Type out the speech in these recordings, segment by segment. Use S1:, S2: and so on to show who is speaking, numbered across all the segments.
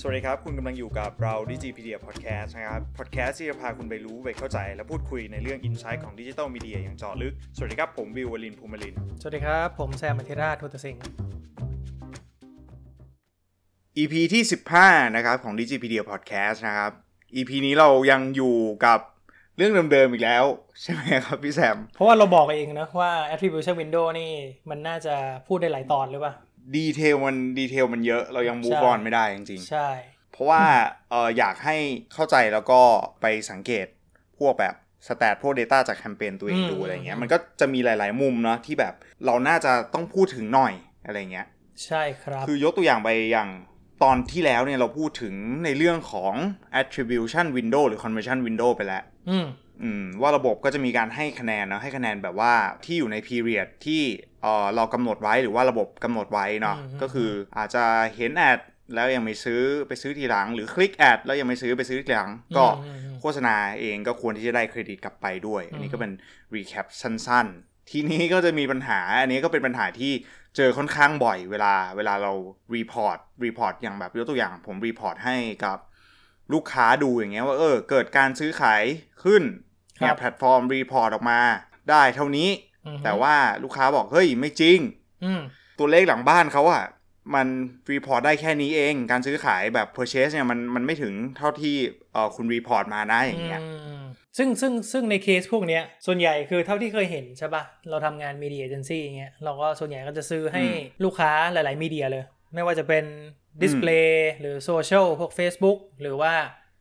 S1: สวัสดีครับ คุณกำลังอยู่กับเรา Digipedia Podcast นะครับ Podcast ที่จะพาคุณไปรู้ไปเข้าใจ และพูดคุยในเรื่อง Insight ของ Digital Media อย่างเจาะลึก สวัสดีครับ ผมวิววลินทร์ภูมิลินทร์
S2: สวัสดีครับ ผมแซมอธิราชทุตสิงห์
S1: EP ที่ 15 นะครับของ Digipedia Podcast นะครับ EP นี้เรายังอยู่กับเรื่องเดิมๆอีกแล้ว ใช่ไหมครับพี่แซม
S2: เพราะว่าเราบอกเองนะว่า attribution window นี่มันน่าจะพูดได้หลายตอนหรือเปล่า
S1: ดีเทลมันดีเทลมันเยอะเรายัง move
S2: ใช่
S1: on ไม่ได้จริง
S2: ใช่
S1: ๆ เพราะว่าเอออยากให้เข้าใจแล้วก็ไปสังเกตพวกแบบสแตทพวก Data จากแคมเปญตัวเองดู
S2: อืม
S1: อะไรเงี้ยมันก็จะมีหลาย ๆ มุมเนาะที่แบบเราน่าจะต้องพูดถึงหน่อยอะไรเงี้ย
S2: ใช่ครับ
S1: คือยกตัวอย่างไปอย่างตอนที่แล้วเนี่ยเราพูดถึงในเรื่องของ attribution window หรือ conversion window ไปแล้ว
S2: อืม
S1: อืมว่าระบบก็จะมีการให้คะแนนเนาะให้คะแนนแบบว่าที่อยู่ใน period ที่เออเรากำหนดไว้หรือว่าระบบกำหนดไว้เนาะ
S2: อืม
S1: ก็คืออาจจะเห็นแอดแล้วยังไม่ซื้อไปซื้อทีหลัง หรือคลิกแอดแล้วยังไม่ซื้อไปซื้อทีหลัง ก็
S2: อืมอืม
S1: โฆษณาเองก็ควรที่จะได้เครดิตกลับไปด้วย อันนี้ก็เป็น recap สั้นๆ ทีนี้ก็จะมีปัญหา อันนี้ก็เป็นปัญหาที่เจอค่อนข้างบ่อยเวลาเวลาเรา report report อย่างแบบยกตัวอย่างผม report ให้กับลูกค้าดูอย่างเงี้ยว่าเออเกิดการซื้อขายขึ้น
S2: ครับ
S1: เนี่ยแพลตฟอร์ม report ออกมาได้เท่านี้
S2: อืม
S1: แต่ว่าลูกค้าบอกเฮ้ยไม่จริง
S2: อืม
S1: ตัวเลขหลังบ้านเขาอะมันรีพอร์ตได้แค่นี้เอง การซื้อขายแบบ purchase เนี่ยมันมันไม่ถึงเท่าที่เออคุณรีพอร์ตมานะอย่างเงี้ย
S2: มซึ่งซึ่งซึ่งในเคสพวกเนี้ย ส่วนใหญ่คือเท่าที่เคยเห็นใช่ปะเราทำงานมีเดียเอเจนซี่อย่างเงี้ยเราก็ส่วนใหญ่ก็จะซื้อให้
S1: อืม
S2: ลูกค้าหลาย ๆ มีเดียเลย ไม่ว่าจะเป็นดิสเพลย์หรือโซเชียลพวก Facebook หรือว่า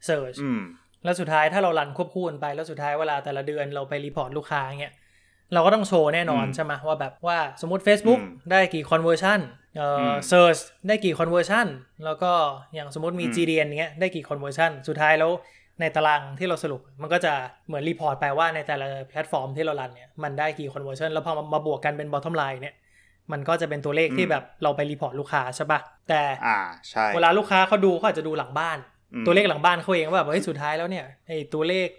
S2: เซิร์ช
S1: อืม
S2: แล้วสุดท้ายถ้าเรารันควบคู่กันไปแล้วสุดท้ายเวลาแต่ละเดือนเราไปรีพอร์ตลูกค้าเงี้ยเราก็ต้องโชว์แน่นอน
S1: อืม
S2: ใช่ไหมว่าแบบว่าสมมติ Facebook
S1: อืม
S2: ได้กี่คอนเวอร์ชันเอ่ออ
S1: ม
S2: เซิร์ชได้กี่คอนเวอร์ชันแล้วก็อย่างสมมติมี
S1: อืม
S2: GDN เนี้ยได้กี่คอนเวอร์ชันสุดท้ายแล้วในตารางที่เราสรุป มันก็จะเหมือนรีพอร์ตไปว่าในแต่ละแพลตฟอร์มที่เรารันเนี่ยมันได้กี่คอนเวอร์ชันแล้วพอมามาบวกกันเป็นบอททอมไลน์เนี่ยมันก็จะเป็นตัวเลขที่
S1: อืม
S2: แบบเราไปรีพอร์ตลูกค้าใช่ปะแต่
S1: อ่าใช่
S2: เวลาลูกค้าเขาดูเขาอาจจะดูหลังบ้าน
S1: อืม
S2: ตัวเลขหลังบ้านเขาเองว่าแบบเฮ้ยสุดท้ายแล้วเนี่ยไอ้ตัวเลข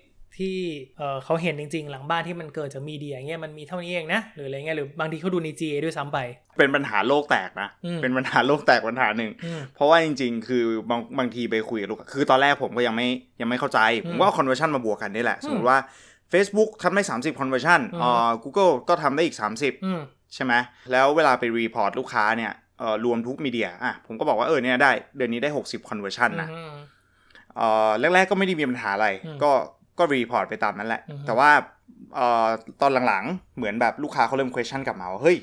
S2: ที่เอ่อเขาเห็นจริง ๆ หลังบ้านที่มันเกิดจากมีเดียเงี้ยมันมีเท่านี้เองนะหรืออะไรเงี้ยหรือบางทีเขาดูใน GA ด้วยซ้ำไป
S1: เป็นปัญหาโลกแตกนะ
S2: อืม
S1: เป็นปัญหาโลกแตกปัญหาหนึ่ง
S2: อืม
S1: เพราะว่าจริงๆ คือบางบางทีไปคุยกับลูกค้าคือตอนแรกผมก็ยังไม่ยังไม่เข้าใจ ผ
S2: อื
S1: ม
S2: ม
S1: ก็คอนเวอร์ชันมาบวกกันนี่แหละส
S2: อืม
S1: มมติว่า Facebook ทำได้ 30 conversion
S2: อืม
S1: เอ่อ Google ก็ทำได้อีก 30
S2: อืม
S1: ใช่ไหม แล้วเวลาไปรีพอร์ตลูกค้าเนี่ยเอ่อรวมทุกมีเดีย อ่ะ ผมก็บอกว่าเออเนี่ยได้ เดือนนี้ได้ 60 conversion นะ เอ่อแรกๆก็ไม่ได้มีปัญหาอะไร
S2: อืม
S1: ก็ก็รีพอร์ตไปตามนั้นแหละ
S2: อือฮึ
S1: แต่ว่าเอ่อตอนหลังๆ เหมือนแบบลูกค้าเขาเริ่ม question กลับมาว่า เฮ้ย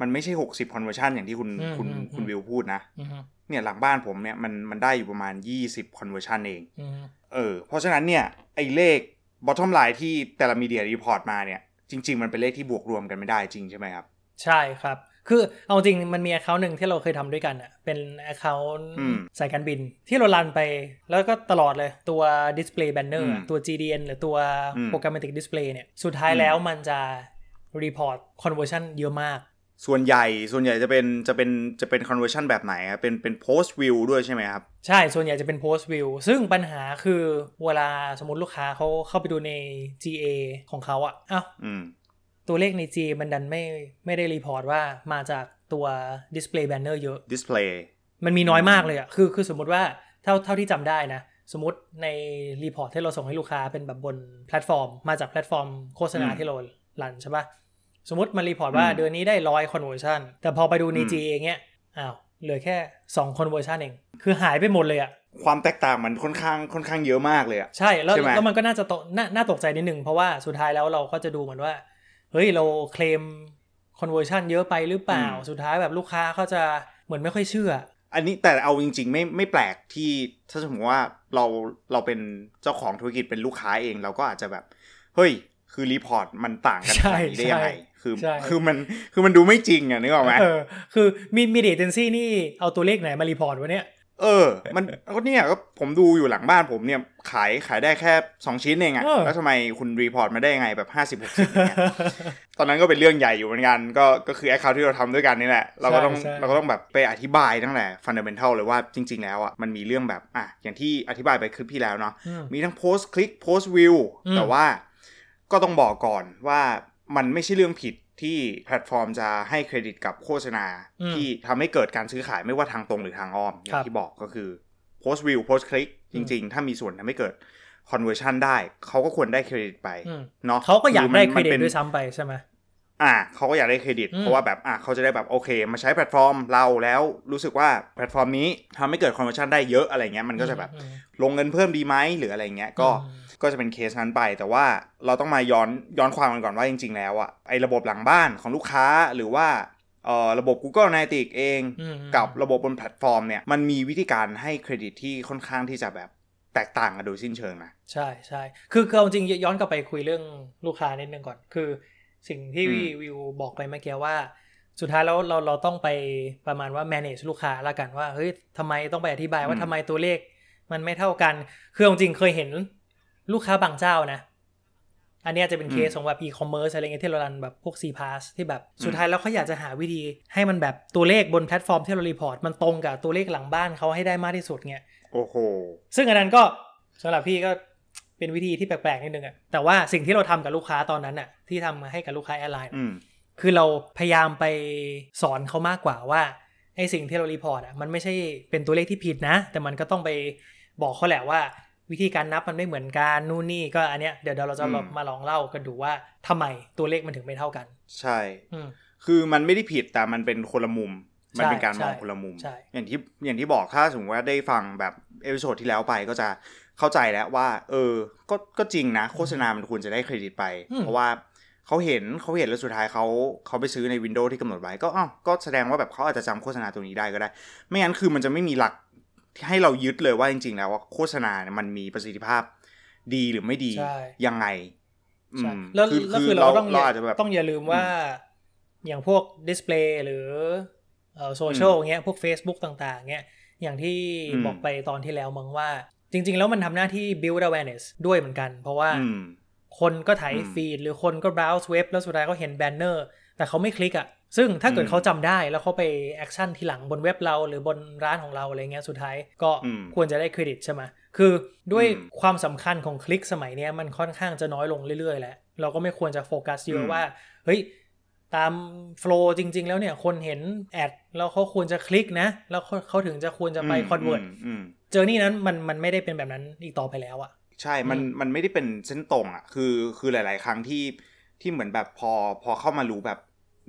S1: มันไม่ใช่ 60 conversion อย่างที่คุณคุณคุณวิวพูดนะ
S2: อืมอืม
S1: เนี่ยหลังบ้านผมเนี่ยมันมันได้อยู่ประมาณ 20 conversion เอง
S2: อืม
S1: เออ เพราะฉะนั้นเนี่ย ไอ้เลข bottom line ที่แต่ละมีเดียรีพอร์ตมาเนี่ย จริง ๆ มันเป็นเลขที่บวกรวมกันไม่ได้จริงใช่ไหมครับ
S2: ใช่ครับ คือเอาจริงมันมีแอคเคาท์หนึ่งที่เราเคยทำด้วยกันอ่ะ เป็นแอคเคาท์
S1: อืม
S2: สายการบิน ที่เรารันไปแล้วก็ตลอดเลยตัว Display Banner อะ
S1: อืม
S2: ตัว GDN หรือตัว
S1: อืม
S2: Programmatic Display เนี่ย สุดท้ายแล้วมันจะ Report Conversion เยอะมาก
S1: ส่วนใหญ่ส่วนใหญ่จะเป็นจะเป็นจะเป็น conversion แบบไหนครับเป็นเป็น post view ด้วยใช่ไหมครับ
S2: ใช่ ส่วนใหญ่จะเป็น Post View ซึ่งปัญหาคือเวลาสมมติลูกค้าเขาเข้าไปดูใน GA ของเขาอ่ะอ้าว
S1: อืม
S2: ตัวเลขใน GA มันดันไม่ไม่ได้รีพอร์ตว่ามาจากตัว Display Banner เยอะ
S1: display
S2: มันมีน้อยมากเลยอะคือ คือสมมติว่าเท่า เท่าที่จำได้นะ สมมติในรีพอร์ตที่เราส่งให้ลูกค้าเป็นแบบบนแพลตฟอร์ม มาจากแพลตฟอร์มโฆษณา
S1: อืม
S2: ที่เราลันใช่ปะสมมติมันรีพอร์ตว่า
S1: อืม
S2: เดือนนี้ได้ร้อยคอนเวอร์ชันแต่พอไปดูใน
S1: อืม
S2: GA เงี้ย อ้าว เหลือแค่2คอนเวอร์ชันเอง คือหายไปหมดเลยอะ
S1: ความแตกต่างมันค่อนข้างค่อนข้างเยอะมากเลยอะ
S2: ใช่ แล้ว
S1: ใช่ไหม
S2: แล้วมันก็น่าจะตกน่าน่าตกใจนิดหนึ่งเพราะว่าสุดท้ายแล้วเราก็จะดูเหมือนว่า เฮ้ย เราเคลมคอนเวอร์ชันเยอะไปหรือเปล่า สุดท้ายแบบลูกค้าเขาจะเหมือนไม่ค่อยเชื่อ
S1: อันนี้แต่เอาจริง ๆ ไม่ไม่แปลกที่ถ้าสมมติว่าเราเราเป็นเจ้าของธุรกิจเป็นลูกค้าเองเราก็อาจจะแบบ เฮ้ย คือรีพอร์ตมันต่างกันข
S2: ใช่
S1: นาดนี้ได้ยังไง
S2: ใช่
S1: คือ
S2: ใช่
S1: คือมันคือมันดูไม่จริงอ่ะนึกออกไหม
S2: เออคือมีมีเดเจนซี่นี่เอาตัวเลขไหนมารีพอร์ต วะเนี่ย
S1: เออ มันก็เนี่ยก็ผมดูอยู่หลังบ้านผมเนี่ยขายขายได้แค่ 2 ชิ้นเองอ่ะ
S2: เออ
S1: แล้วทำไมคุณรีพอร์ตมาได้ยังไงแบบ 50 60เนี่ย ตอนนั้นก็เป็นเรื่องใหญ่อยู่เหมือนกัน ก็ก็คือแอคเคาท์ที่เราทำด้วยกันนี่แหละ เราก็ต้อง
S2: ใช่ใช่
S1: เราก็ต้องแบบไปอธิบายตั้งแต่ฟันเดเมนทัลเลยว่าจริง ๆ แล้วอ่ะมันมีเรื่องแบบอ่ะอย่างที่อธิบายไปคลิปที่แล้วเนาะ
S2: อืม
S1: มีทั้งโพสต์คลิกโพสต์วิว
S2: อืม
S1: แต่ว่าก็ต้องบอกก่อนว่ามันไม่ใช่เรื่องผิดที่แพลตฟอร์มจะให้เครดิตกับโฆษณา ที่ทำให้เกิดการซื้อขายไม่ว่าทางตรงหรือทางอ้อม อย่างที่บอกก็คือ post view post click จริง ๆ ถ้ามีส่วนทำให้เกิด conversion ได้ เขาก็ควรได้เครดิตไป
S2: อืม
S1: เนาะ
S2: เขาก็อยากได้เครดิ
S1: มัน
S2: ต
S1: ป็น
S2: ด้วยซ้ำไปใช่ไหม
S1: อ่าเขาก็อยากได้เครดิต
S2: อืม
S1: เพราะว่าแบบอ่าเขาจะได้แบบโอเค มาใช้แพลตฟอร์มเราแล้วรู้สึกว่าแพลตฟอร์มนี้ทำให้เกิดคอนเวอร์ชันได้เยอะอะไรเงี้ยมันก็จะแบบ
S2: อืม
S1: ลงเงินเพิ่มดีไหมหรืออะไรเงี้ยก็
S2: อืม
S1: ก็จะเป็นเคสนั้นไป แต่ว่าเราต้องมาย้อนย้อนความกันก่อนว่าจริง ๆ แล้วอะไอ้ระบบหลังบ้านของลูกค้าหรือว่าเอ่อระบบ Google Analytics เอง
S2: อืม
S1: กับระบบบนแพลตฟอร์มเนี่ยมันมีวิธีการให้เครดิตที่ค่อนข้างที่จะแบบแตกต่างกันโดยสิ้นเชิงนะ
S2: ใช่ใช่คือคือเอาจริงย้อนกลับไปคุยเรื่องลูกค้านิดนึงก่อน คือสิ่งที่
S1: อืม
S2: วิวบอกไปเมื่อกี้ว่า สุดท้ายแล้วเราเราต้องไปประมาณว่า manage ลูกค้าละกันว่าเฮ้ยทำไมต้องไปอธิบายว่าทำไมตัวเลข มันไม่เท่ากัน คือเอาจริงเคยเห็นลูกค้าบางเจ้านะ อันเนี้ยจะเป็นเคสของแบบ e-commerce อะไรเงี้ยที่เรารันแบบพวก c p a s s ที่แบบสุดท้ายแล้วเขาอยากจะหาวิธีให้มันแบบตัวเลขบนแพลตฟอร์มที่เรารีพอร์ตมันตรงกับตัวเลขหลังบ้านเขาให้ได้มากที่สุดเงี้ย
S1: โอ้โห
S2: ซึ่งอันนั้นก็สำหรับพี่ก็เป็นวิธีที่แปลกๆนิดนึงอะแต่ว่าสิ่งที่เราทำกับลูกค้าตอนนั้นอะที่ทำให้กับลูกค้าแอร์ไลน์
S1: อืม
S2: คือเราพยายามไปสอนเขามากกว่าว่าไอสิ่งที่เรารีพอร์ตอะมันไม่ใช่เป็นตัวเลขที่ผิดนะ แต่มันก็ต้องไปบอกเขาแหละว่า วิธีการนับมันไม่เหมือนกันนู่นนี่ก็อันเนี้ยเดี๋ยวเราจะลองมาลองเล่ากันดูว่าทำไมตัวเลขมันถึงไม่เท่ากัน
S1: ใช่
S2: อืม
S1: คือมันไม่ได้ผิดแต่มันเป็นคนละมุม มันเป็นการ
S2: ใช่
S1: มองคนละมุม
S2: ใช่
S1: อย่างที่อย่างที่บอกถ้าสมมติว่าได้ฟังแบบเอพิโซดที่แล้วไปก็จะเข้าใจแล้วว่า เออ ก็ก็จริงนะ โฆษณามันควรจะได้เครดิตไป
S2: อืม
S1: เพราะว่าเขาเห็นเขาเห็นแล้วสุดท้ายเขาเขาไปซื้อในวินโดว์ที่กำหนดไว้ก็อ้าวก็แสดงว่าแบบเขาอาจจะจำโฆษณาตัวนี้ได้ก็ได้ ไม่งั้นคือมันจะไม่มีหลักที่ให้เรายึดเลยว่าจริง ๆ แล้วว่าโฆษณาเนี่ยมันมีประสิทธิภาพดีหรือไม่ดี
S2: ใช่
S1: ยังไงอื
S2: ใช่
S1: ม
S2: แล้ว
S1: คือ
S2: แล้ว
S1: คื
S2: คืออ
S1: เรา
S2: เราต้อง
S1: เราอาจจะแบบ
S2: ต้องอย่าลืมว่าอย่างพวกดิสเพลย์หรือโซเชียลเงี้ยพวก Facebook ต่างๆเงี้ยอย่างที่
S1: อืม
S2: บอกไปตอนที่แล้วมั้งว่า จริง ๆ แล้วมันทำหน้าที่ build awareness ด้วยเหมือนกัน เพราะว่า
S1: อืม
S2: คนก็ไถ่าย
S1: อืม
S2: ฟีดหรือคนก็ browse เว็บแล้วสุดท้ายเขาเห็นแบนเนอร์ แต่เขาไม่คลิกอ่ะ ซึ่งถ้าเกิด
S1: อืม
S2: เขาจำได้แล้วเขาไปแอคชั่นทีหลังบนเว็บเราหรือบนร้านของเราอะไรเงี้ยสุดท้ายก็
S1: อืม
S2: ควรจะได้เครดิตใช่ไหมคือด้วย
S1: อืม
S2: ความสำคัญของคลิกสมัยเนี้ยมันค่อนข้างจะน้อยลงเรื่อยๆแหละเราก็ไม่ควรจะโฟกัสเย
S1: อื
S2: อะ
S1: ม
S2: ว่า เฮ้ย ตามโฟล์จริง ๆ แล้วเนี่ยคนเห็นแอดแล้วเขาควรจะคลิกนะ แล้วเขาเขาถึงจะควรจะไปคอนเวิร์ต
S1: มอืม
S2: เจอนี่นั้นมันมันไม่ได้เป็นแบบนั้นอีกต่อไปแล้วอะ
S1: ใช่ มัน
S2: อืม
S1: มันไม่ได้เป็นเส้นตรงอ่ะ คือ คือหลาย ๆ ครั้งที่ ที่เหมือนแบบพอ พอเข้ามารู้แบบ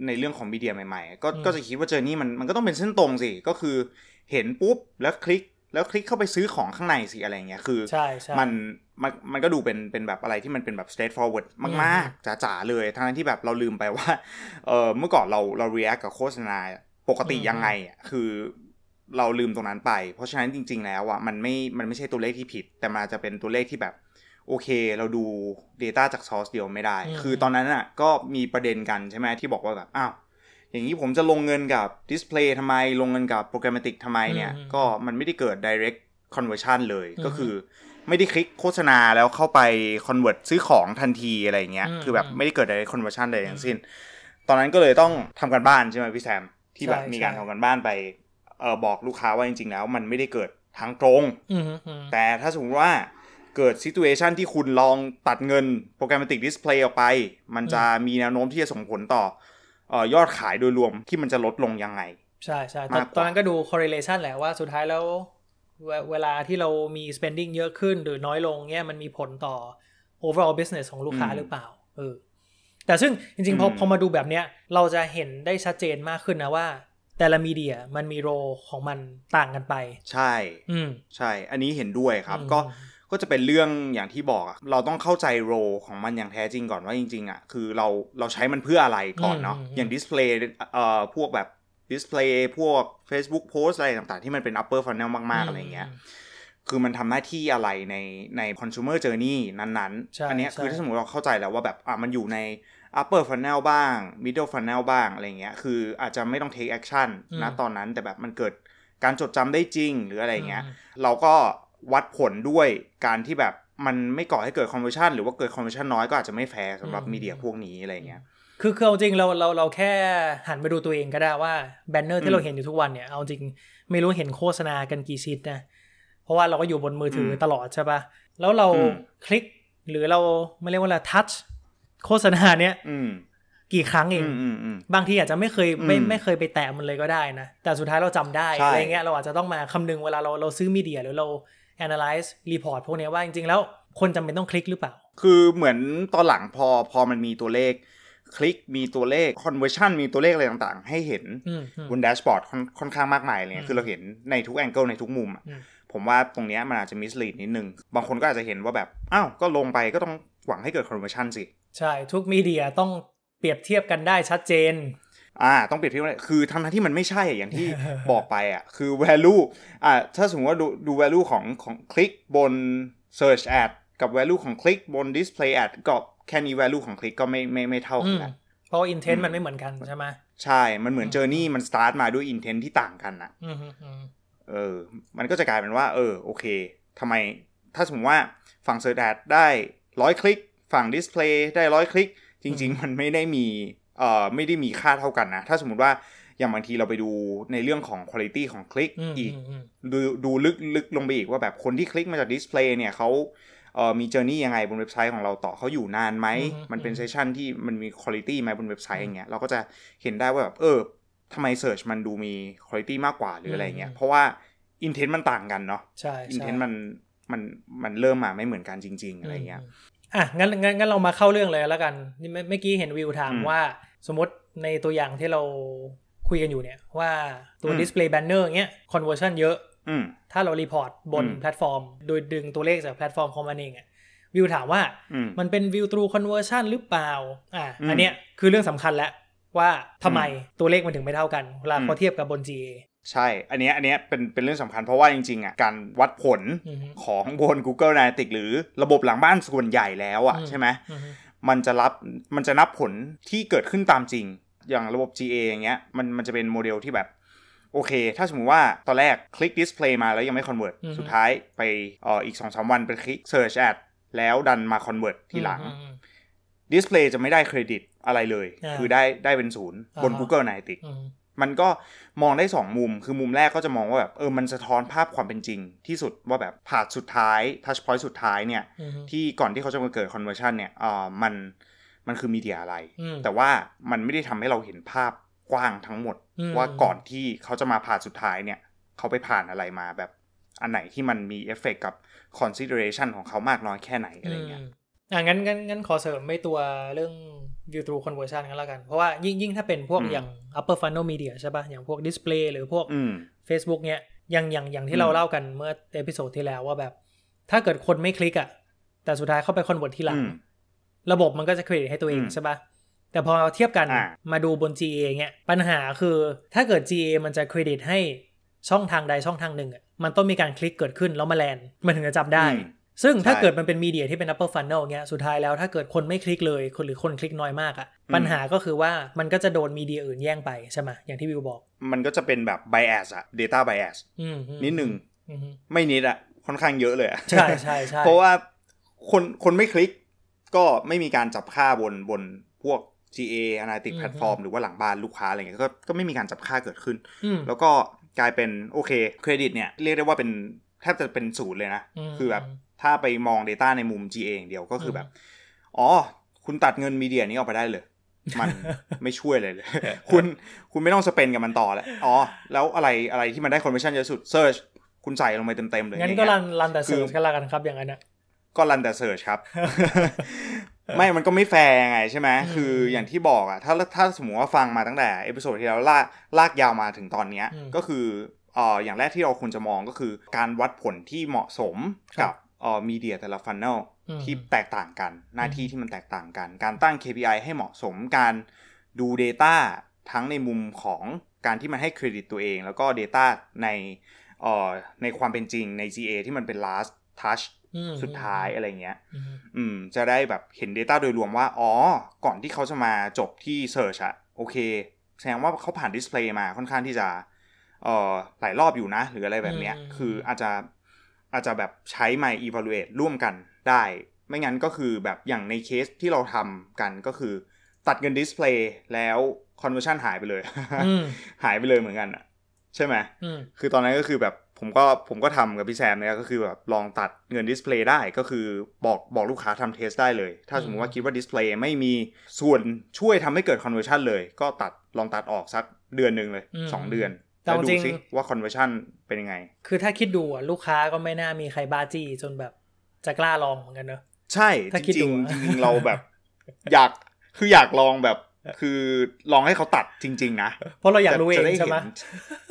S1: ในเรื่องของมีเดียใหม่ๆ ก็
S2: อืม
S1: ก็จะคิดว่าเจอนี่มัน มันก็ต้องเป็นเส้นตรงสิ ก็คือ เห็นปุ๊บ แล้วคลิก แล้วคลิกเข้าไปซื้อของข้างในสิอะไรอย่างเงี้ย คือ
S2: ใช่ใช่
S1: มัน มัน มันก็ดูเป็น เป็นแบบอะไรที่มันเป็นแบบ straight forward มาก ๆ จ๋า ๆ เลย ทั้งที่แบบเราลืมไปว่า เออเมื่อก่อนเรา เรา react กับโฆษณาปกติ
S2: อืม
S1: ยังไงอะคือ เราลืมตรงนั้นไป เพราะฉะนั้นจริง ๆ แล้วอ่ะ มันไม่ มันไม่ใช่ตัวเลขที่ผิด แต่มันอาจจะเป็นตัวเลขที่แบบ โอเค เราดู Data จาก source เดียวไม่ได้
S2: อืม
S1: คือตอนนั้นอ่ะ ก็มีประเด็นกันใช่ไหมที่บอกว่าแบบ อ้าว อย่างนี้ผมจะลงเงินกับ Display ทำไม ลงเงินกับ Programmatic ทำไมเนี่ย
S2: อืม
S1: ก็มันไม่ได้เกิด direct conversion เลย
S2: อืม
S1: ก็คือ ไม่ได้คลิกโฆษณาแล้วเข้าไป convert ซื้อของทันทีอะไรอย่างเงี้ย
S2: อืม
S1: คือแบบ
S2: อืม
S1: ไม่ได้เกิด direct conversion เลย
S2: อืม
S1: ทั้งสิ้น ตอนนั้นก็เลยต้องทำกันบ้านใช่ไหมพี่แซม ที่แบบ
S2: ใช่
S1: มีการ
S2: ใช่
S1: ทำกันบ้านไป เออบอกลูกค้าว่าจริง ๆ แล้ว มันไม่ได้เกิดทางตรง
S2: อืมอืม
S1: แต่ถ้าสมมติว่าเกิดซิ t u a t i o n ที่คุณลองตัดเงินโปรแกรมติกดิสเพลย์ออกไป มันจะมีแนวโน้มที่จะส่งผลต่อเออยอดขายโดยรวมที่มันจะลดลงยังไง
S2: ใช่ใช่ตอน
S1: มากกว่า
S2: ตอนนั้นก็ดู correlation แหละว่าสุดท้ายแล้วเวเวลาที่เรามี spending เยอะขึ้นหรือน้อยลงเนี่ยมันมีผลต่อ overall business ของลูกค้า
S1: อืม
S2: หรือเปล่าเออแต่ซึ่งจริงๆพอ
S1: อืม
S2: พอมาดูแบบเนี้ยเราจะเห็นได้ชัดเจนมากขึ้นนะว่า แต่ละมีเดียมันมีโรของมันต่างกันไป
S1: ใช่
S2: อืม
S1: ใช่ อันนี้เห็นด้วยครับ
S2: อืม
S1: ก็ก็จะเป็นเรื่องอย่างที่บอกอะเราต้องเข้าใจโรของมันอย่างแท้จริงก่อนว่าจริงๆอะคือเราเราใช้มันเพื่ออะไรก่อนเนาะอย่างดิสเพลย์เอ่อพวกแบบดิสเพลย์พวก Facebook Post อะไรต่างๆ ที่มันเป็น upper funnel มากๆอะไรอย่างเงี้ย
S2: ม
S1: คือมันทำหน้าที่อะไรในใน consumer journey นั้น
S2: ใช่
S1: ๆ อัเนี้ย
S2: ใช่
S1: คือถ้าสมมติเราเข้าใจแล้วว่าแบบอ่ะมันอยู่ใน upper funnel บ้าง middle funnel บ้างอะไรเงี้ย คืออาจจะไม่ต้อง take action นะตอนนั้นแต่แบบมันเกิดการจดจำได้จริงหรืออะไรเงี้ย เราก็วัดผลด้วยการที่แบบมันไม่ก่อให้เกิด conversion หรือว่าเกิด conversion น้อยก็อาจจะไม่แฟร์สำหรับ
S2: อืม
S1: มีเดียพวกนี้อะไรเงี้ย
S2: คือคือเอาจริงเราเราเราแค่หันไปดูตัวเองก็ได้ว่าแบนเนอร์
S1: อื
S2: ที่
S1: ม
S2: เราเห็นอยู่ทุกวันเนี่ยเอาจริงไม่รู้เห็นโฆษณากันกี่ชิดนะเพราะว่าเราก็อยู่บนมือถืออ
S1: ม
S2: ตลอดใช่ปะแล้วเรา
S1: อืม
S2: คลิกหรือเราไม่เรียกว่าอะไรทัชโฆษณาเนี่ย
S1: อืม
S2: กี่ครั้งเอ
S1: อื
S2: ง
S1: มอืมอืม
S2: บางทีอาจจะไม่เคยไม่
S1: อืม
S2: ไม่เคยไปแตะมันเลยก็ได้นะ แต่สุดท้ายเราจำได้
S1: ใช่
S2: อะไรเงี้ยเราอาจจะต้องมาคำนึงเวลาเราเราซื้อมีเดียหรือเรา analyze report พวกเนี้ยว่าจริงๆแล้วคนจำเป็นต้องคลิกหรือเปล่า
S1: คือเหมือนตอนหลังพอพอมันมีตัวเลข คลิกมีตัวเลข conversion มีตัวเลขอะไรต่างๆ ให้เห็น
S2: อืมอืม
S1: บนแดชบอร์ดค่อนค่อนข้างมากมายเลย
S2: อืม
S1: นะคือเราเห็นในทุกแองเกิลในทุกมุมอะ
S2: อืม
S1: ผมว่าตรงเนี้ยมันอาจจะมิสลีดนิดนึง บางคนก็อาจจะเห็นว่าแบบ อ้าว ก็ลงไปก็ต้องหวังให้เกิด conversion สิ
S2: ใช่ ทุกมีเดียต้องเปรียบเทียบกันได้ชัดเจน
S1: อ่า ต้องเปรียบเทียบเลยคือทั้งๆที่มันไม่ใช่อะอย่างที่ บอกไปอ่ะ คือ value อ่าถ้าสมมติว่าดูดู value ของของคลิกบน search ad กับ value ของคลิกบน display ad กับแค่นี้ value ของคลิกก็ไม่ไม่ไม่เท่า
S2: อื
S1: กัน
S2: ม
S1: ละ
S2: เพราะอินเทน
S1: อื
S2: ต์
S1: ม
S2: มันไม่เหมือนกันใช่ไหม
S1: ใช่ มันเหมือนเจอร์นี่มันสตาร์ทมาด้วยอินเทนที่ต่างกันนะ
S2: อืมอืมอืม
S1: เออ มันก็จะกลายเป็นว่า เออ โอเค ทำไม ถ้าสมมติว่าฝั่งเซอร์แดได้ร้อยคลิก ฝั่งดิสเพลย์ได้ร้อยคลิก จริง ๆ มันไม่ได้มี เอ่อ ไม่ได้มีค่าเท่ากันนะ ถ้าสมมติว่า อย่างบางทีเราไปดูในเรื่องของคุณภาพของคลิก
S2: อืม
S1: อีก
S2: อืมอืม
S1: ดูดูลึกลึกลงไปอีกว่าแบบคนที่คลิกมาจากดิสเพลย์เนี่ยเขาเอ่อมีเจอร์นี่ยังไงบนเว็บไซต์ของเราต่อเขาอยู่นานไหม มันเป็นเซสชันที่มันมีคุณ i t y ไหมบนเว็บไซต์อย่างเงี้ยเราก็จะเห็นได้ว่าแบบเออทำไมเสิร์ชมันดูมีคุณ i t y มากกว่าหรืออะไรเงี้ยเพราะว่าอินเทนต์มันต่างกันเนาะ
S2: ใช่
S1: อิน
S2: ใช่
S1: เทนต์มันมันมันเริ่มมาไม่เหมือนกันจริง ๆ อะไรเงี้ย
S2: มมอ่ะงั้นงั้นงั้นเรามาเข้าเรื่องเลยแล้วกันนี่เมื่อเมื่อกี้เห็นวิวถาม
S1: อืม
S2: ว่า สมมติในตัวอย่างที่เราคุยกันอยู่เนี่ย ว่าตัว
S1: อืม
S2: display banner เงี้ย conversion เยอะ
S1: อืม
S2: ถ้าเรารีพอร์ตบน
S1: อืม
S2: แพลตฟอร์ม โดยดึงตัวเลขจากแพลตฟอร์มของมันเองอะวิวถามว่า
S1: อืม
S2: มันเป็นวิว through conversion หรือเปล่า อ่ะ
S1: อืม
S2: อันเนี้ยคือเรื่องสำคัญแล้วว่าทำไมตัวเลขมันถึงไม่เท่ากันเวลา
S1: อืม
S2: เขาเทียบกับบน GA
S1: ใช่ อันเนี้ยอันเนี้ยเป็นเป็นเรื่องสำคัญเพราะว่าจริงๆอ่ะการวัดผล
S2: อือฮึ
S1: ของบน Google Analytics หรือระบบหลังบ้านส่วนใหญ่แล้วอ่ะ
S2: อืม
S1: ใช่ไหม
S2: อือฮึ
S1: มันจะรับมันจะนับผลที่เกิดขึ้นตามจริง อย่างระบบ GA อย่างเงี้ยมันมันจะเป็นโมเดลที่แบบ โอเค ถ้าสมมติว่าตอนแรกคลิก Display มาแล้วยังไม่ Convert สุดท้ายไปเอ่ออีก 2-3 วันไปคลิก Search Ad แล้วดันมา Convert ทีหลัง
S2: อืมอืม
S1: Display จะไม่ได้เครดิตอะไรเลย
S2: อ่า
S1: คือได้ได้เป็นศูนย์บน
S2: อ่าฮะ
S1: Google Analytics
S2: อืม
S1: มันก็มองได้ 2 มุม คือมุมแรกก็จะมองว่าแบบเออมันสะท้อนภาพความเป็นจริง ที่สุดว่าแบบผ่านสุดท้าย Touch Point สุดท้ายเนี่ย
S2: อืม
S1: ที่ก่อนที่เขาจะมาเกิด conversion เนี่ยเอ่อมัน มันคือมีเดียอะไร
S2: อืม
S1: แต่ว่ามันไม่ได้ทำให้เราเห็นภาพกว้างทั้งหมด
S2: อืม
S1: ว่าก่อนที่เขาจะมาผ่านสุดท้ายเนี่ย เขาไปผ่านอะไรมาแบบอันไหนที่มันมีเอฟเฟกกับ consideration ของเขามากน้อยแค่ไหนอะไรเงี้ย
S2: มอ่ะงั้นงั้นงั้นขอเสริมไปตัวเรื่อง view through conversion กันแล้วกัน เพราะว่ายิ่งยิ่งถ้าเป็นพวก
S1: อืม
S2: อย่าง upper funnel media ใช่ป่ะ อย่างพวก display หรือพวก
S1: อืม
S2: Facebook เนี้ยอย่างอย่างอย่าง
S1: อื
S2: ที่
S1: ม
S2: เราเล่ากันเมื่อเอพิโซดที่แล้วว่าแบบ ถ้าเกิดคนไม่คลิกอะแต่สุดท้ายเข้าไปคอนเวิร์ตทีหลั
S1: อื
S2: ง
S1: ม
S2: ระบบมันก็จะเครดิตให้ตัวเอง
S1: อืม
S2: ใช่ปะแต่พอเทียบกัน
S1: อ่า
S2: มาดูบน GA เงี้ย ปัญหาคือถ้าเกิด GA มันจะเครดิตให้ช่องทางใดช่องทางหนึ่งอะมันต้องมีการคลิกเกิดขึ้นแล้วมาแลนด์มันถึงจะจับได้
S1: อืม
S2: ซึ่งถ้า
S1: ใช่
S2: เกิดมันเป็นมีเดียที่เป็น upper funnel เงี้ย สุดท้ายแล้วถ้าเกิดคนไม่คลิกเลยคนหรือคนคลิกน้อยมากอะ
S1: อืม
S2: ปัญหาก็คือว่ามันก็จะโดนมีเดียอื่นแย่งไปใช่ไหมอย่างที่วิวบอก
S1: มันก็จะเป็นแบบ bias อะ data bias
S2: อืม
S1: นิดหนึ่ง
S2: อืม
S1: ไม่นิดอะค่อนข้างเยอะเลยอะ
S2: ใช่ใช่ใช่
S1: เพราะว่าคนคนไม่คลิกก็ไม่มีการจับค่าบนบนพวก GA Analytics
S2: อืม
S1: Platform หรือว่าหลังบ้านลูกค้าอะไรเงี้ยก็ก็ไม่มีการจับค่าเกิดขึ้น
S2: อืม
S1: แล้วก็กลายเป็นโอเคเครดิตเนี่ยเรียกได้ว่าเป็นแทบจะเป็นศูนย์เลยนะ
S2: อืม
S1: คือแบบถ้าไปมอง Data ในมุม GA อย่างเดียวก็คืออ
S2: ม
S1: แบบ อ๋อ คุณตัดเงินมีเดียนี้ออกไปได้เลย มัน ไม่ช่วยเลยเลย คุณคุณไม่ต้องสเปนกับมันต่อแล้วอ๋อแล้วอะไรอะไรที่มันได้คอนเวอร์ชันเยอะสุดเซิร์ชคุณใส่ลงไปเต็มๆเลย
S2: งั้น
S1: เย
S2: ก็รันรันแต่
S1: คือ
S2: เสิร์ชกันละกันครับอย่างนั้นอะ
S1: ก็รันแต่เสิร์ชครับ ไม่มันก็ไม่แฟร์ไงใช่ไหม
S2: อืม
S1: คืออย่างที่บอกอะถ้าถ้าสมมติว่าฟังมาตั้งแต่เอพิโซดที่แล้วลากลากยาวมาถึงตอนเนี้ย
S2: อืม
S1: ก็คือเอ่ออย่างแรกที่เราควรจะมองก็คือ การวัดผลที่เหมาะสม
S2: ครั
S1: กั
S2: บบ
S1: เอ่อมีเดียแต่ละฟันเนล
S2: อืม
S1: ที่แตกต่างกัน หน้าที่ที่มันแตกต่างกัน การตั้ง KPI ให้เหมาะสมการดู Data ทั้งในมุมของการที่มันให้เครดิตตัวเอง แล้วก็ Data ในเอ่อในความเป็นจริงใน GA ที่มันเป็น last touch
S2: อืม
S1: สุดท้ายอะไรเงี้ย
S2: อืม
S1: อืม จะได้แบบเห็น Data โดยรวมว่า อ๋อ ก่อนที่เขาจะมาจบที่ Search อะโอเค แสดงว่าเขาผ่าน Display มาค่อนข้างที่จะ เอ่อ หลายรอบอยู่นะ หรืออะไรแบบเนี้ย
S2: อืม
S1: คืออาจจะอาจจะแบบใช้มา evaluate ร่วมกันได้ ไม่งั้นก็คือแบบอย่างในเคสที่เราทำกันก็คือ ตัดเงิน Display แล้ว conversion หายไปเลย
S2: อืม
S1: หายไปเลยเหมือนกันอะใช่ไหม
S2: อืม
S1: คือตอนนั้นก็คือแบบ ผมก็ผมก็ทำกับพี่แซมเนี่ยก็คือแบบลองตัดเงินดิสเพลย์ได้ก็คือบอกบอกลูกค้าทำเทสได้เลย ถ้าสมมติว่าคิดว่าดิสเพลย์ไม่มีส่วนช่วยทำให้เกิด conversion เลย ก็ตัดลองตัดออกสักเดือนหนึ่งเลย
S2: อืม
S1: 2 เดือน
S2: แต่
S1: แล้วดู
S2: จริง
S1: สิว่า conversion เป็นยังไง
S2: คือถ้าคิดดูอะลูกค้าก็ไม่น่ามีใครบ้าจี้จนแบบจะกล้าลองเหมือนกันเนอะ
S1: ใช่
S2: ถ้า
S1: จ
S2: คิด
S1: ริ
S2: ดู
S1: ง
S2: อะ
S1: ๆจริงๆเราแบบ อยากคืออยากลองแบบคือลองให้เขาตัดจริง ๆ นะ
S2: เพราะเราอยากรู้เอ
S1: จะ
S2: ง
S1: ได้
S2: ใช่ไหม
S1: เน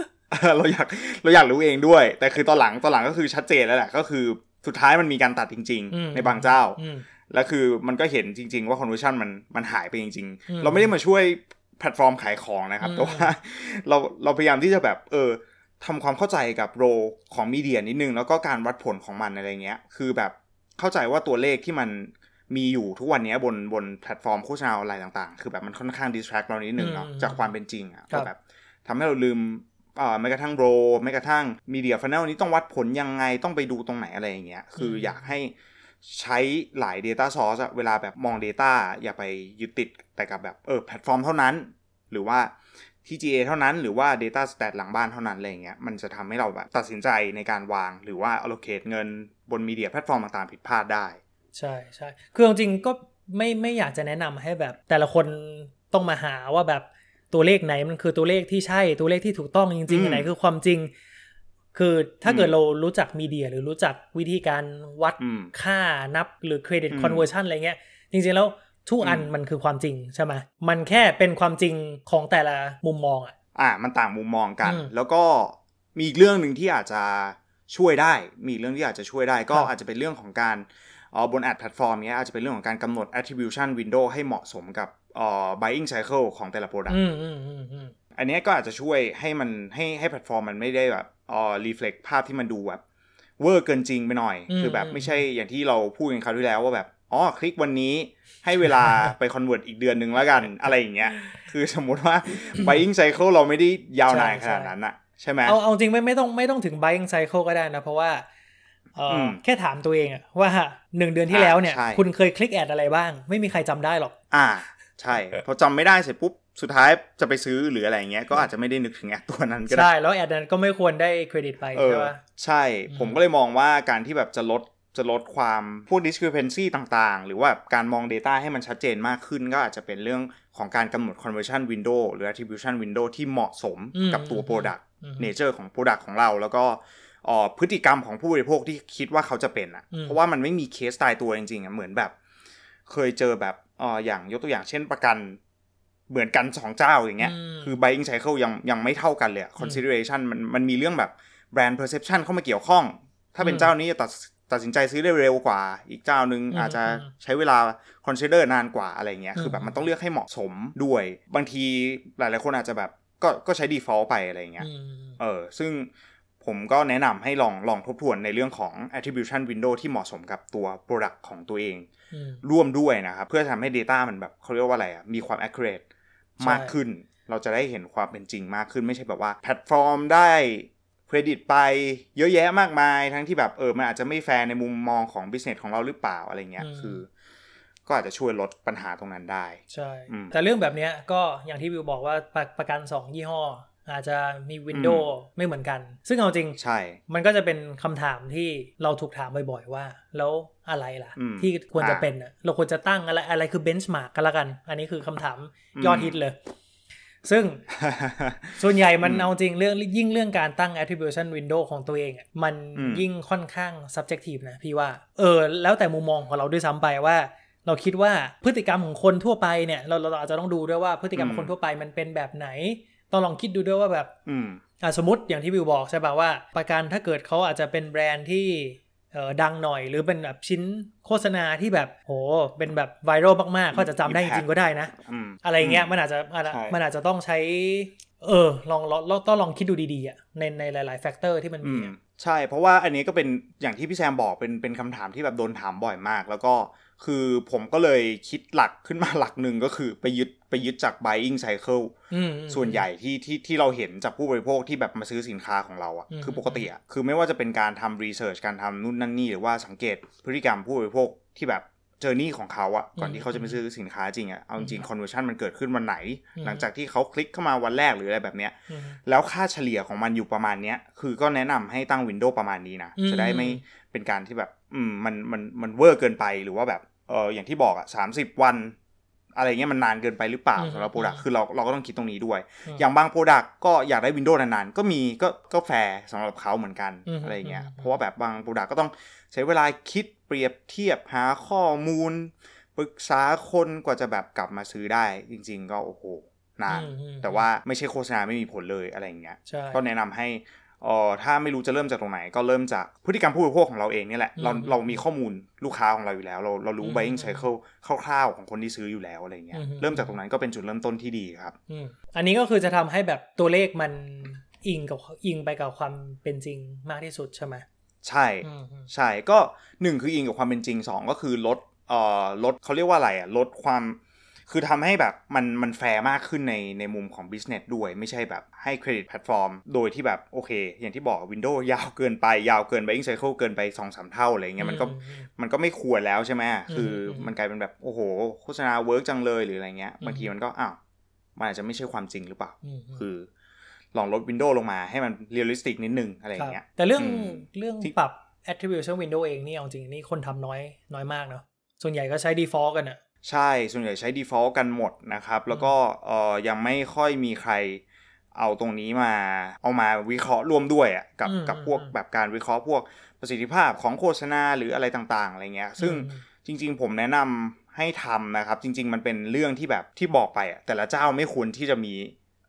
S1: เราอยากเราอยากรู้เองด้วย แต่คือตอนหลังตอนหลังก็คือชัดเจนแล้วแหละก็คือสุดท้ายมันมีการตัดจริง
S2: อืม
S1: ๆ ในบางเจ้า
S2: อืม
S1: แล้วคือมันก็เห็นจริง ๆ ว่าคอนเวอร์ชันมันมันหายไปจริง
S2: อืม
S1: ๆ เราไม่ได้มาช่วยแพลตฟอร์มขายของนะครับ
S2: อืม
S1: แต่ว่า เราเราพยายามที่จะแบบเออทำความเข้าใจกับโรของมีเดียนิดนึง แล้วก็การวัดผลของมันอะไรเงี้ย คือแบบเข้าใจว่าตัวเลขที่มันมีอยู่ทุกวันเนี้ยบนบนแพลตฟอร์มโฆษณาออนไลน์ต่างๆ คือแบบมันค่อนข้างดิสแทรกเรานิดนึงเนาะ
S2: อืม
S1: จากความเป็นจริงอ่ะ
S2: ครับ
S1: ว่าแบบทำให้เราลืมเอ่อแม้กระทั่งโรแม้กระทั่งมีเดียฟันแนลนี้ต้องวัดผลยังไงต้องไปดูตรงไหนอะไรอย่างเงี้ยคืออยาก ให้ใช้หลาย Data Source อะเวลาแบบมอง Data อย่าไปยึดติดแต่กับแบบเออแพลตฟอร์มเท่านั้น หรือว่า TGA เท่านั้นหรือว่า Data Stat หลังบ้านเท่านั้นอะไรอย่างเงี้ยมันจะทำให้เราแบบตัดสินใจในการวาง หรือว่า allocate เงินบนมีเดียแพลตฟอร์มต่างๆผิดพลาดได้
S2: ใช่ใช่คือจริงๆก็ไม่ไม่อยากจะแนะนำให้แบบ แต่ละคนต้องมาหาว่าแบบตัวเลขไหนมันคือตัวเลขที่ใช่ตัวเลขที่ถูกต้องจริง
S1: อื
S2: ๆ
S1: ม
S2: อันไหนคือความจริง คือถ้าเกิด
S1: อืม
S2: เรารู้จักมีเดียหรือรู้จักวิธีการวัด
S1: อืม
S2: ค่านับหรือเครดิต
S1: อืม
S2: คอนเวอร์ชันอะไรเงี้ย จริงๆแล้วทุกอัน
S1: อืม
S2: มันคือความจริงใช่ไหมมันแค่เป็นความจริงของแต่ละมุมมองอ่ะ
S1: อ่ามันต่างมุมมองกัน
S2: อืม
S1: แล้วก็มีอีกเรื่องหนึ่งที่อาจจะช่วยได้ มีอีกเรื่องที่อาจจะช่วยได้ ก็
S2: ครับ
S1: อาจจะเป็นเรื่องของการเอ่อบนแอดแพลตฟอร์มเนี้ยอาจจะเป็นเรื่องของการกำหนด attribution window ให้เหมาะสมกับเอ่อ buying cycle ของแต่ละ product
S2: อืมอืมอืมอืม
S1: อันเนี้ยก็อาจจะช่วยให้มันให้ให้แพลตฟอร์มมันไม่ได้แบบเอ่อรีเฟล็กภาพที่มันดูแบบเวอร์เกินจริงไปหน่อย
S2: อืม
S1: คือแบบไม่ใช่อย่างที่เราพูดกันคราวที่แล้วว่าแบบอ๋อคลิกวันนี้ให้เวลา ไปคอนเวิร์ตอีกเดือนหนึ่งแล้วกันอะไรอย่างเงี้ยคือสมมุติว่า buying cycle เราไม่ได้ยาวนานข
S2: ใช่
S1: นาดนั้นอะใช่ไหม
S2: เอาเอาจริงไม่ไม่ต้องไม่ต้องถึง buying cycle ก็ได้นะ เพราะว่าเอออ
S1: ม
S2: แค่ถามตัวเองอะว่าหนึ่งเดือนที่แล้วเนี่ย
S1: อ่าใช่
S2: คุณเคยคลิกแอดอะไรบ้าง ไม่มีใครจำได้หรอก
S1: อ่าใช่พอจำไม่ได้เสร็จปุ๊บสุดท้ายจะไปซื้อหรืออะไรอย่างเงี้ยก็อาจจะไม่ได้นึกถึงแอปตัวนั้นก็ได้
S2: ใช่ แล้วแอดนั้นก็ไม่ควรได้เครดิตไป
S1: เออ
S2: ใช่ปะ
S1: ใช่
S2: อืม
S1: ผมก็เลยมองว่าการที่แบบจะลดจะลดความพวก discrepancy ต่างๆ หรือว่าการมอง Data ให้มันชัดเจนมากขึ้น ก็อาจจะเป็นเรื่องของการกำหนด conversion window หรือ attribution window ที่เหมาะสม
S2: อืม
S1: กับตัว
S2: อืม
S1: product
S2: อืม
S1: nature ของ product ของเรา แล้วก็เอ่อพฤติกรรมของผู้บริโภคที่คิดว่าเขาจะเป็นอ่ะ
S2: อืม
S1: เพราะว่ามันไม่มีเคสตายตัวจริงๆอ่ะเหมือนแบบ เคยเจอแบบเอ่ออย่างยกตัวอย่างเช่นประกัน เหมือนกันสองเจ้าอย่างเงี้ย
S2: อืม
S1: คือ buying cycle ยังยังไม่เท่ากันเลยอะ consideration มันมันมีเรื่องแบบ brand perception เข้ามาเกี่ยวข้อง ถ้าเป็น
S2: อืม
S1: เจ้านี้จะตัดตัดสินใจซื้อได้เร็วกว่า อีกเจ้านึง
S2: อืม
S1: อาจจะใช้เวลา consider นานกว่าอะไรเงี้ย
S2: อืม
S1: คือแบบมันต้องเลือกให้เหมาะสมด้วย บางทีหลายๆคนอาจจะแบบก็ก็ใช้ default ไปอะไรเงี้ย
S2: อืม
S1: เออ ซึ่งผมก็แนะนำให้ลองลองทบทวนในเรื่องของ attribution window ที่เหมาะสมกับตัว product ของตัวเอง
S2: อืม
S1: ร่วมด้วยนะครับ เพื่อทำให้ Data มันแบบเขาเรียกว่าอะไรอ่ะ มีความ accurate
S2: ใช่
S1: มากขึ้น เราจะได้เห็นความเป็นจริงมากขึ้นไม่ใช่แบบว่าแพลตฟอร์มได้เครดิตไปเยอะแยะมากมาย ทั้งที่แบบเออมันอาจจะไม่แฟร์ในมุมมองของ business ของเราหรือเปล่าอะไรเงี้ย
S2: อืม
S1: คือ ก็อาจจะช่วยลดปัญหาตรงนั้นได้
S2: ใช่
S1: อืม
S2: แต่เรื่องแบบเนี้ยก็อย่างที่วิวบอกว่าประประกัน 2 ยี่ห้อ อาจจะมีวินโดว์ไม่เหมือนกัน ซึ่งเอาจริง
S1: ใช่
S2: มันก็จะเป็นคำถามที่เราถูกถามบ่อยๆว่า แล้วอะไรล่ะ
S1: อืม
S2: ที่ควรจะ
S1: อ่า
S2: เป็นน่ะเราควรจะตั้งอะไรอะไรคือเบนช์มาร์กกันละกัน อันนี้คือคำถามยอด
S1: อืม
S2: ฮิตเลย ซึ่งส่วนใหญ่มัน
S1: อืม
S2: เอาจริงเรื่องยิ่งเรื่องการตั้ง attribution window ของตัวเองอะมัน
S1: อืม
S2: ยิ่งค่อนข้าง subjective นะพี่ว่า เออ แล้วแต่มุมมองของเราด้วยซ้ำไปว่า เราคิดว่าพฤติกรรมของคนทั่วไปเนี่ยเราเราอาจจะต้องดูด้วยว่าพฤติกรรมของคนทั่วไปมันเป็นแบบไหนต้องลองคิดดูด้วยว่าแบบ
S1: อืม
S2: อ่ะสมมติอย่างที่วิวบอกใช่ป่ะว่า ประกันถ้าเกิดเขาอาจจะเป็นแบรนด์ที่เอ่อดังหน่อย หรือเป็นแบบชิ้นโฆษณาที่แบบโหเป็นแบบไวรัลมากๆเขาอาจจะจำได้จริงๆก็ได้นะ
S1: อืม
S2: อะไรเงี้ยมันอาจจะอาจจะ
S1: ใช่
S2: มันอาจจะต้องใช้ เออลองลองลองต้องลองคิดดูดีๆอ่ะในในหลายๆแฟกเตอร์ที่มัน
S1: อื
S2: มี
S1: ม
S2: อ่ะ
S1: ใช่เพราะว่าอันนี้ก็เป็นอย่างที่พี่แซมบอกเป็นเป็นคำถามที่แบบโดนถามบ่อยมาก แล้วก็คือผมก็เลยคิดหลักขึ้นมา หลักหนึ่งก็คือไปยึดไปยึดจาก buying cycle
S2: อืมอืม
S1: ส่วนใหญ่ที่ที่ที่เราเห็นจากผู้บริโภคที่แบบมาซื้อสินค้าของเราอะ
S2: อืม
S1: คือปกติอะคือไม่ว่าจะเป็นการทำรีเสิร์ชการทำนู่นนั่นนี่หรือว่าสังเกตพฤติกรรมผู้บริโภคที่แบบ เจอร์นี่ของเขาอะก่อน
S2: อืม
S1: ที่เขาจะไปซื้อสินค้าจริงอะเอาจริงคอนเวอร์ชันมันเกิดขึ้นวันไหน
S2: อืม
S1: หลังจากที่เขาคลิกเข้ามาวันแรกหรืออะไรแบบเนี้ย
S2: อืม
S1: แล้วค่าเฉลี่ยของมันอยู่ประมาณเนี้ย คือก็แนะนำให้ตั้งวินโดว์ประมาณนี้นะ
S2: อืม
S1: จะได้ไม่เป็นการที่แบบ อืม มัน มัน มันเวอร์เกินไป หรือว่าแบบ เอออย่างที่บอกอะสามสิบวัน อะไรเงี้ยมันนานเกินไปหรือเปล่าสำหรับโปรดักคือเรา เราก็ต้องคิดตรงนี้ด้วย
S2: ม
S1: อย่างบางโปรดักก็อยากได้วินโดว์นานๆ ก็มี ก็ ก็แฟร์สำหรับเขาเหมือนกัน
S2: อืม
S1: อะไรเงี้ย
S2: อืม
S1: เพราะว่าแบบบางโปรดักก็ต้องใช้เวลาคิดเปรียบเทียบหาข้อมูล ปรึกษาคนกว่าจะแบบกลับมาซื้อได้ จริง ๆ ก็โอ้โห นาน
S2: อืมอืม
S1: แต่ว่าไม่ใช่โฆษณาไม่มีผลเลยอะไรอย่างเงี้ย
S2: ใช่
S1: ก็แนะนำให้เอ่อถ้าไม่รู้จะเริ่มจากตรงไหน ก็เริ่มจากพฤติกรรมผู้บริโภคของเราเองเนี่ยแหละ เรา
S2: อืม
S1: เรามีข้อมูลลูกค้าของเราอยู่แล้ว เราเรารู้
S2: อืม
S1: buying cycle คร่าวๆของคนที่ซื้ออยู่แล้วอะไรเงี้ย
S2: อืม
S1: เริ่มจากตรงนั้นก็เป็นจุดเริ่มต้นที่ดีครับ
S2: อืมอันนี้ก็คือจะทำให้แบบตัวเลขมันอิงกับอิงไปกับความเป็นจริงมากที่สุดใช่ไหม
S1: ใช่
S2: อืมอืม
S1: ใช่ก็หนึ่งคืออิงกับความเป็นจริงสองก็คือลดเอ่อลดเขาเรียกว่าอะไรอ่ะลดความ คือทำให้แบบมันมันแฟร์มากขึ้นในในมุมของ business ด้วยไม่ใช่แบบให้เครดิตแพลตฟอร์มโดยที่แบบโอเค อย่างที่บอก Windows ยาวเกินไปยาวเกิน buying cycle เกินไปสองสามเท่าอะไรเงี้ยมันก็
S2: อือืม
S1: มันก็ไม่ควรแล้วใช่ไหมคืออ
S2: ม
S1: มันกลายเป็นแบบ โอ้โห โฆษณาเวิร์กจังเลยหรืออะไรเงี้ย
S2: อืม
S1: บางทีมันก็ อ้าว มันอาจจะไม่ใช่ความจริงหรือเปล่า
S2: อืมอืม
S1: คือ ลองลดวินโดว์ลงมาให้มันเรียลลิสติกนิดนึง อะไรอย่างเงี้ย
S2: ครับแต่เรื่อง
S1: อืม
S2: เรื่อง
S1: ที่
S2: ปรับ attribution window เองนี่เอาจริงนี่คนทำน้อยน้อยมากเนาะส่วนใหญ่ก็ใช้ default กันอะ
S1: ใช่ ส่วนใหญ่ใช้ default กันหมดนะครับ แล้วก็เอ่อยังไม่ค่อยมีใครเอาตรงนี้มา เอามาวิเคราะห์ร่วมด้วยอะกับ
S2: อืม
S1: กับพวก
S2: อืม
S1: แบบการวิเคราะห์พวกประสิทธิภาพของโฆษณาหรืออะไรต่างๆอะไรเงี้ย ซึ่ง จริงๆ ผมแนะนำให้ทำนะครับ จริง ๆ มันเป็นเรื่องที่แบบที่บอกไปอะแต่ละเจ้าไม่ควรที่จะมี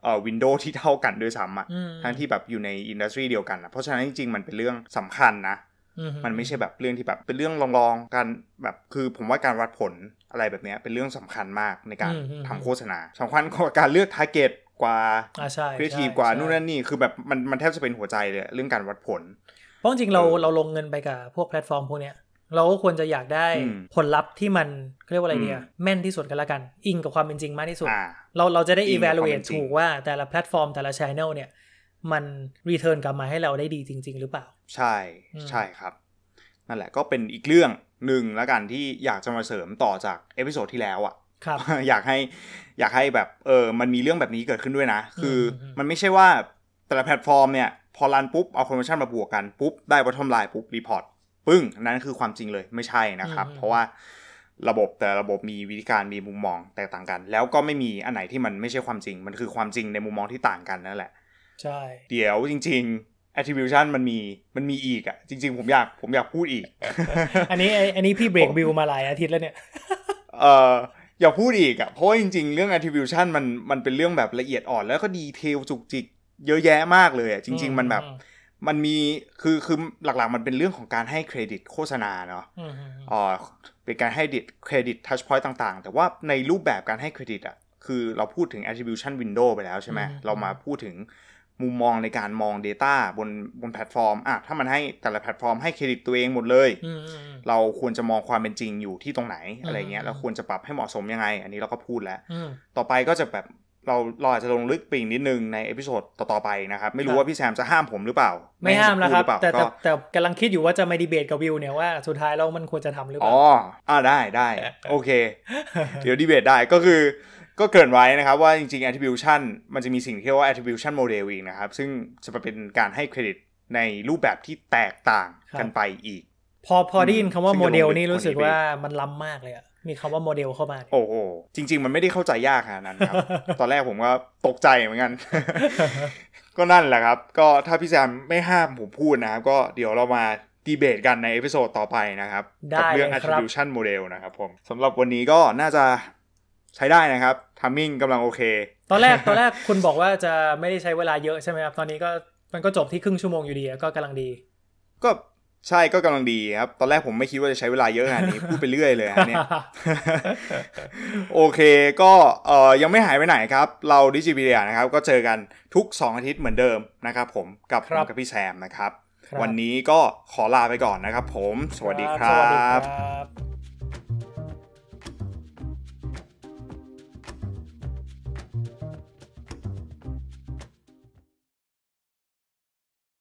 S1: เอ่อวินโดว์ที่เท่ากันด้วยซ้ำอะ
S2: อืม
S1: ทั้งที่แบบอยู่ในอินดัสทรีเดียวกันอะเพราะฉะนั้นจริงๆ มันเป็นเรื่องสำคัญนะ
S2: อื
S1: มันไม่ใช่แบบเรื่องที่แบบเป็นเรื่องลองๆกันแบบคือผมว่าการวัดผลอะไรแบบเนี้ยเป็นเรื่องสำคัญมากในการทำโฆษณาสำคัญกว่าการเลือกทาร์เก็ตกว่า
S2: อ่าใช่
S1: ครีเอทีฟ
S2: ใช่
S1: กว่า
S2: ใช่
S1: นู่นนั่นนี่คือแบบมันมันแทบจะเป็นหัวใจเลยเรื่องการวัดผล
S2: เพราะจริงๆเรา
S1: เออ
S2: เราลงเงินไปกับพวกแพลตฟอร์มพวกเนี้ย เราก็ควรจะอยากได้
S1: อืม
S2: ผลลัพธ์ที่มันเขาเรียกว่าอะไร
S1: อืม
S2: เดียแม่นที่สุดกันละกัน อิงกับความเป็นจริงมากที่สุด
S1: อ่า
S2: เราเราจะได้
S1: อิงกับความเป็น
S2: evaluate
S1: จริง
S2: ถูกว่าแต่ละแพลตฟอร์มแต่ละ channel เนี่ย มัน return กลับมาให้เราได้ดีจริง ๆ หรือเปล่า
S1: ใช่
S2: อืม
S1: ใช่ครับ นั่นแหละก็เป็นอีกเรื่องหนึ่งแล้วกันที่อยากจะมาเสริมต่อจากเอพิโซดที่แล้วอะ
S2: ครับ
S1: อยากให้อยากให้แบบเออมันมีเรื่องแบบนี้เกิดขึ้นด้วยนะ คืออ
S2: ม
S1: มันไม่ใช่ว่าแต่ละแพลตฟอร์มเนี่ย พอรันปุ๊บ เอาคอมมิชชั่นมาบวกกันปุ๊บ ได้วัตถุลายปุ๊บ รีพอร์ตปึ้งอันนั้นคือความจริงเลยไม่ใช่นะครับ เพราะว่าระบบแต่ละระบบมีวิธีการมีมุมมองแตกต่างกัน แล้วก็ไม่มีอันไหนที่มันไม่ใช่ความจริง มันคือความจริงในมุมมองที่ต่างกันนั่นแหละ
S2: ใช่
S1: เดี๋ยวจริง ๆ attribution มันมีมันมีอีกอะจริง ๆ ผมอยากผมอยากพูดอีก
S2: อันนี้ไอ้อันนี้พี่เบรกบิวมาหลายอาทิตย์แล้วเนี่ย
S1: เอออย่าพูดอีกอะเพราะว่าจริง ๆ เรื่อง attribution มันมันเป็นเรื่องแบบละเอียดอ่อนแล้วก็ดีเทลจุกจิกเยอะแยะมากเลยอะจริง ๆ มันแบบมันมีคือคือหลักๆ มันเป็นเรื่องของการให้เครดิตโฆษณาเนาะ
S2: อืมอืมอืม
S1: อ่าเป็นการให้ดิตเครดิต touch point ต่างๆ แต่ว่าในรูปแบบการให้เครดิตอ่ะ คือเราพูดถึง attribution window ไปแล้วใช่ไหม
S2: อืม
S1: เรามาพูดถึงมุมมองในการมอง Data บนบนแพลตฟอร์มอ่ะถ้ามันให้แต่ละแพลตฟอร์มให้เครดิตตัวเองหมดเลย
S2: อืมอืมอืม
S1: เราควรจะมองความเป็นจริงอยู่ที่ตรงไหนอะไรเงี้ย
S2: อืม
S1: เราควรจะปรับให้เหมาะสมยังไง อันนี้เราก็พูดแล้ว
S2: อืม
S1: ต่อไปก็จะแบบเราเราอาจจะลงลึกไปอีกนิดนึงในเอพิโซดต่อๆไปนะครับ ไม่รู้
S2: ครับ
S1: ว่าพี่แซมจะห้ามผมหรือเปล่า
S2: ไม่ห้ามแล้ว
S1: ให้ผ
S2: ค
S1: พูดหอเป
S2: รับ
S1: ล่า
S2: แต่แต่
S1: ก็
S2: แต่กำลังคิดอยู่ว่าจะมาดีเบตกับวิวเนี่ยว่าสุดท้ายแล้วมันควรจะทำหรือเป
S1: อ๋
S2: ล่า
S1: อ อ่าได้ได้ โอเค เดี๋ยวดีเบตได้ก็คือก็เกริ่นไว้นะครับว่าจริงๆ attribution มันจะมีสิ่งที่เรียกว่า attribution model อีกนะครับ ซึ่งจะเป็นการให้เครดิตในรูปแบบที่แตกต่างกันไปอีก
S2: พอพอได้ยินคำว่า
S1: ซึ่ง
S2: โมเดล
S1: จะลงลึก
S2: นี่รู้สึก
S1: กว่านี้
S2: ว่ามันล้ำมากเลยอะมีคำว่าโมเดลเข้ามาเนี่ย
S1: โอ้โห จริง ๆ มันไม่ได้เข้าใจยากขนาดนั้นครับ ตอนแรกผมก็ตกใจเหมือนกัน ก็นั่นแหละครับ ก็ถ้าพี่แซมไม่ห้ามผมพูดนะครับ ก็เดี๋ยวเรามาดีเบตกันในเอพิโซดต่อไปนะครับ
S2: ได้
S1: กัเรื่อง
S2: เลยครับ
S1: attribution model นะครับผมสำหรับวันนี้ก็น่าจะใช้ได้นะครับ timing กำลังโอเค
S2: ตอนแรกตอนแรกคุณบอกว่าจะไม่ได้ใช้เวลาเยอะใช่ไหมครับ ตอนนี้ก็มันก็จบที่ครึ่งชั่วโมงอยู่ดีอะก็กำลังดี
S1: ก็ใช่ก็กำลังดีครับ ตอนแรกผมไม่คิดว่าจะใช้เวลาเยอะขนาดนี้ พูดไปเรื่อยเลยฮะเนี่ย โอเคก็เอ่อยังไม่หายไปไหนครับ เราดิจิพีเดียนะครับ ก็เจอกันทุก 2 อาทิตย์เหมือนเดิมนะครับผมกับ
S2: ครับ
S1: ผมกับพี่แซมนะครับ
S2: ครับ
S1: วันนี้ก็ขอลาไปก่อนนะครับผม สวัสดีครั
S2: สวัสดี
S1: บ
S2: ครับ